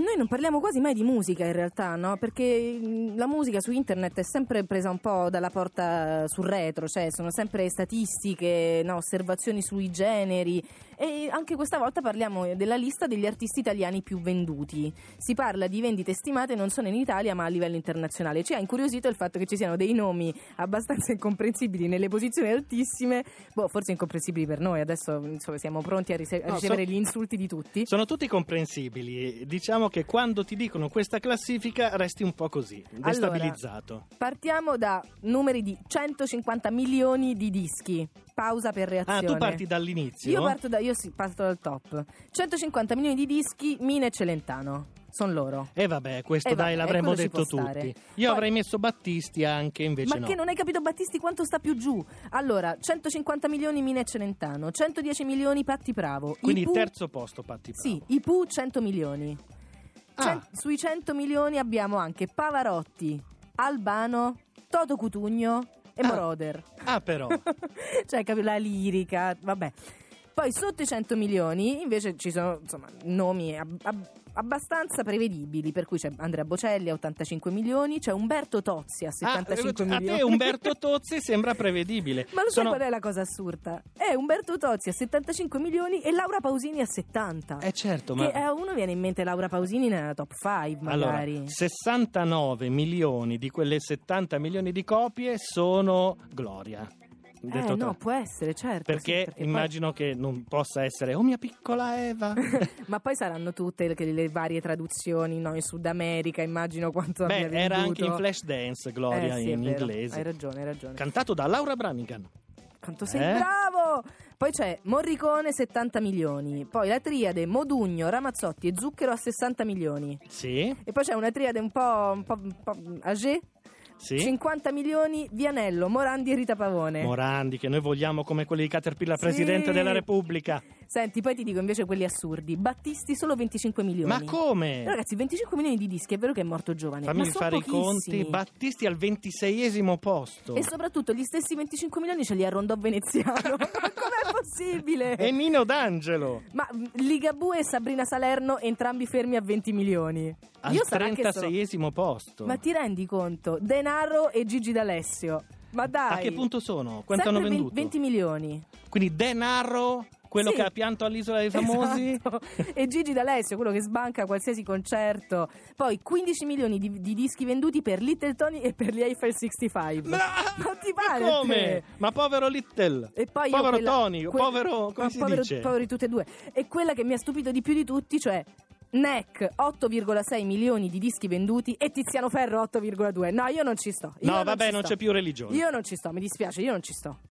noi non parliamo quasi mai di musica in realtà, no? Perché mh, la musica su internet è sempre presa un po' dalla porta sul retro, cioè sono sempre statistiche, no? osservazioni sui generi e anche questa volta parliamo della lista degli artisti italiani più venduti. Si parla di vendite stimate non solo in Italia ma a livello internazionale. Ci ha incuriosito il fatto che ci siano dei nomi abbastanza incomprensibili nelle posizioni altissime, boh, forse incomprensibili per noi, adesso insomma, siamo pronti a, riceve- a No, ricevere so- gli insulti di tutti. Sono tutti comprensibili. Diciamo che quando ti dicono questa classifica resti un po' così, destabilizzato. Partiamo da numeri di 150 milioni di dischi. Pausa per ah, reazione. tu parti dall'inizio? Io parto, da, io sì, parto dal top. 150 milioni di dischi, Mina e Celentano. Sono loro. E vabbè, questo Eh, vabbè, dai l'avremmo quello ci detto può stare. tutti. Poi- Io avrei messo Battisti anche, invece Ma no. che non hai capito Battisti quanto sta più giù? Allora, 150 milioni Mina e Celentano, 110 milioni Patti Bravo. I Quindi Pooh- terzo posto, Patti Bravo. Sì, cioè- i Pooh 100 milioni. Cen- Ah. sui 100 milioni abbiamo anche Pavarotti, Albano, Toto Cutugno e Ah. Moroder. Ah, però. cioè, capi- la lirica, vabbè. Poi sotto i 100 milioni invece ci sono insomma, nomi ab- ab- abbastanza prevedibili, per cui c'è Andrea Bocelli a 85 milioni, c'è Umberto Tozzi a Ah, 75 a milioni. te Umberto Tozzi sembra prevedibile. Ma lo Sono- sai qual è la cosa assurda? È Umberto Tozzi a 75 milioni e Laura Pausini a 70. Eh certo, ma... Che a uno viene in mente Laura Pausini nella top 5 Allora, magari. 69 milioni di quelle 70 milioni di copie sono Gloria. Detto eh tra- no, può essere, certo. sì, perché, poi- immagino che non possa essere oh mia piccola Eva. Ma poi saranno tutte le, le varie traduzioni, no? In Sud America, immagino quanto Beh, abbia era anche venduto. in Flash Dance Gloria Eh, sì, è in vero. inglese. Hai ragione, hai ragione. Cantato da Laura Branigan. Quanto sei Eh? bravo! Poi c'è Morricone 70 milioni, poi la triade Modugno, Ramazzotti e Zucchero a 60 milioni. Sì, E poi c'è una triade un po', un po', un po' âgée, sì. 50 milioni, Vianello, Morandi e Rita Pavone. Morandi, che noi vogliamo come quelli di Caterpillar, Sì. presidente della Repubblica. Senti, poi ti dico invece quelli assurdi. Battisti solo 25 milioni. Ma come? Ragazzi, 25 milioni di dischi, è vero che è morto giovane, Fammi ma sono fare i pochissimi. conti. Battisti al 26esimo posto. E soprattutto gli stessi 25 milioni ce li arrondò veneziano. Ma Com'è possibile? E Nino D'Angelo. Ma mh, Ligabue e Sabrina Salerno entrambi fermi a 20 milioni. Al Io sarà che sono- 36esimo posto. Ma ti rendi conto? Denaro e Gigi D'Alessio. Ma dai. A che punto sono? Quanto Sempre hanno ven- venduto? 20 milioni. Quindi Denaro, quello Sì. che ha pianto all'isola dei famosi. Esatto. e Gigi D'Alessio, quello che sbanca qualsiasi concerto. Poi 15 milioni di, di dischi venduti per Little Tony e per gli Eiffel 65. Ma, Ma ti ma pare a come? te? Ma povero Little. E poi io povero quella- Tony, quel- povero come no, si povero- dice? Poveri tutti e due. E quella che mi ha stupito di più di tutti, cioè NEC 8,6 milioni di dischi venduti e Tiziano Ferro 8,2. No, io non ci sto. Io No, vabbè, non sto. c'è più religione. Io non ci sto, mi dispiace, io non ci sto.